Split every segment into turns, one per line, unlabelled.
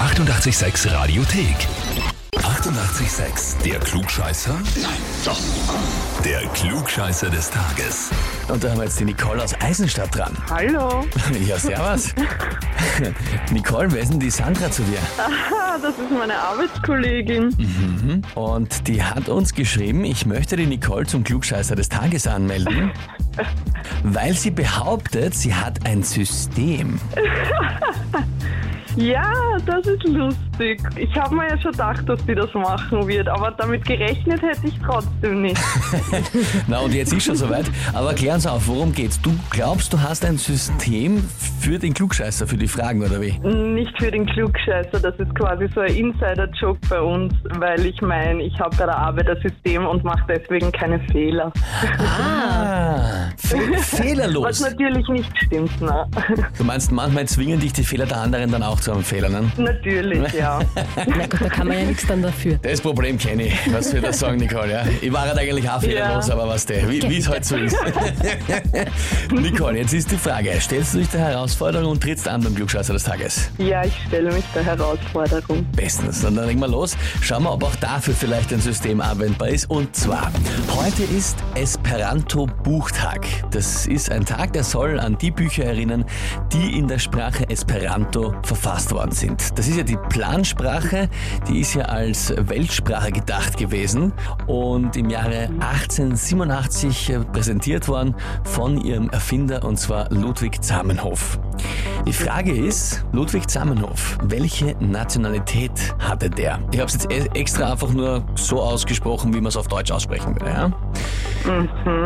886 Radiothek. 88,6. Der Klugscheißer? Nein, doch. Der Klugscheißer des Tages.
Und da haben wir jetzt die Nicole aus Eisenstadt dran.
Hallo,
Ja, servus. Nicole, wer ist denn die Sandra zu dir?
Ah, das ist meine Arbeitskollegin.
Und die hat uns geschrieben, ich möchte die Nicole zum Klugscheißer des Tages anmelden, weil sie behauptet, sie hat ein System.
Ja, das ist lustig. Ich habe mir ja schon gedacht, dass die das machen wird, aber damit gerechnet hätte ich trotzdem nicht.
Na und jetzt ist schon soweit. Aber klär uns auf, worum geht's? Du glaubst, du hast ein System für den Klugscheißer, für die Fragen, oder wie?
Nicht für den Klugscheißer, das ist quasi so ein Insider-Joke bei uns, weil ich meine, ich habe bei der Arbeit ein System und mache deswegen keine Fehler.
Ah, fe
Was
fehlerlos.
natürlich nicht stimmt, na.
Du meinst, manchmal zwingen dich die Fehler der anderen dann auch zu einem Fehler, ne?
Natürlich, ja.
Na gut, da kann man ja nichts dann dafür.
Das Problem kenne ich, was wir da sagen, Nicole. Ja? Ich war halt eigentlich auch fehlerlos,
Ja.
aber was der, wie es heute so ist. Nicole, jetzt ist die Frage: Stellst du dich der Herausforderung und trittst an beim Glückscheißer des Tages?
Ja, ich stelle mich der Herausforderung.
Bestens. Und dann legen wir los. Schauen wir, ob auch dafür vielleicht ein System anwendbar ist. Und zwar, heute ist Esperanto-Buchtag. Das ist ein Tag, der soll an die Bücher erinnern, die in der Sprache Esperanto verfasst worden sind. Das ist ja die Plansprache, die ist ja als Weltsprache gedacht gewesen und im Jahre 1887 präsentiert worden von ihrem Erfinder und zwar Ludwig Zamenhof. Die Frage ist, Ludwig Zamenhof, welche Nationalität hatte der? Ich habe es jetzt e- extra einfach nur so ausgesprochen, wie man es auf Deutsch aussprechen würde. Ja?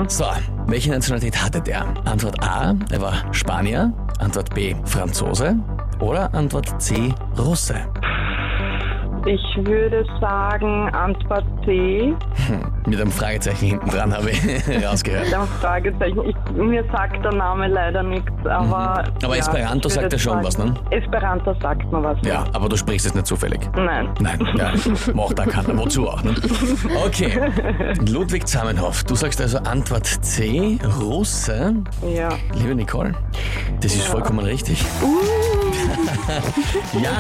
So, welche Nationalität hatte der? Antwort A, er war Spanier. Antwort B, Franzose. Oder Antwort C, Russe.
Ich würde sagen, Antwort C,
Mit einem Fragezeichen hinten dran habe ich rausgehört.
Ja, Fragezeichen. Ich, mir sagt der Name leider nichts, aber.
Mhm. Aber Esperanto
ich würde
sagt ja schon
sagen,
was, ne?
Esperanto sagt mir was.
Ja, aber du sprichst es nicht zufällig.
Nein.
Nein, ja, macht da keiner. Wozu auch? Ne? Okay, Ludwig Zamenhof, du sagst also Antwort C, Russe.
Ja.
Liebe Nicole, das ist vollkommen richtig. ja,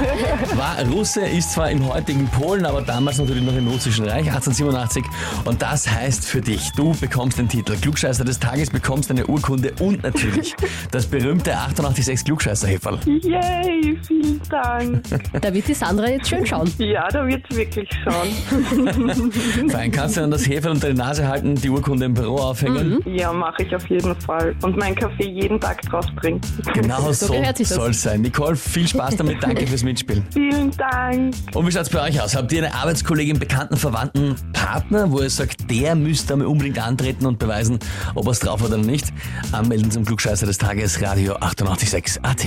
war Russe, ist zwar im heutigen Polen, aber damals natürlich noch im Russischen Reich, 1887. Und das heißt für dich, du bekommst den Titel Klugscheißer des Tages, bekommst eine Urkunde und natürlich das berühmte 886 Klugscheißer-Heferl.
Yay, vielen Dank.
Da wird die Sandra jetzt schön schauen.
Ja, da wird's wirklich schon.
Fein, kannst du dann das Heferl unter die Nase halten, die Urkunde im Büro aufhängen?
Mhm.
Ja, mache ich auf jeden Fall. Und meinen Kaffee jeden Tag draus trinken.
Genau
So
so,
gehört sich das.
soll es sein. Nicole, viel Spaß damit, danke fürs Mitspielen.
Vielen Dank.
Und wie schaut's bei euch aus? Habt ihr eine Arbeitskollegin, Bekannten, Verwandten, Partner, wo ihr sagt, der müsste einmal unbedingt antreten und beweisen, ob er's drauf hat oder nicht? Anmelden zum Glückscheißer des Tages, Radio 886 AT.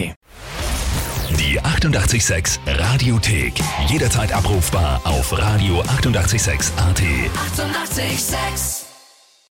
Die 88,6 Radiothek. Jederzeit abrufbar auf radio886.at. 88,6.
Eighty-eight, sex.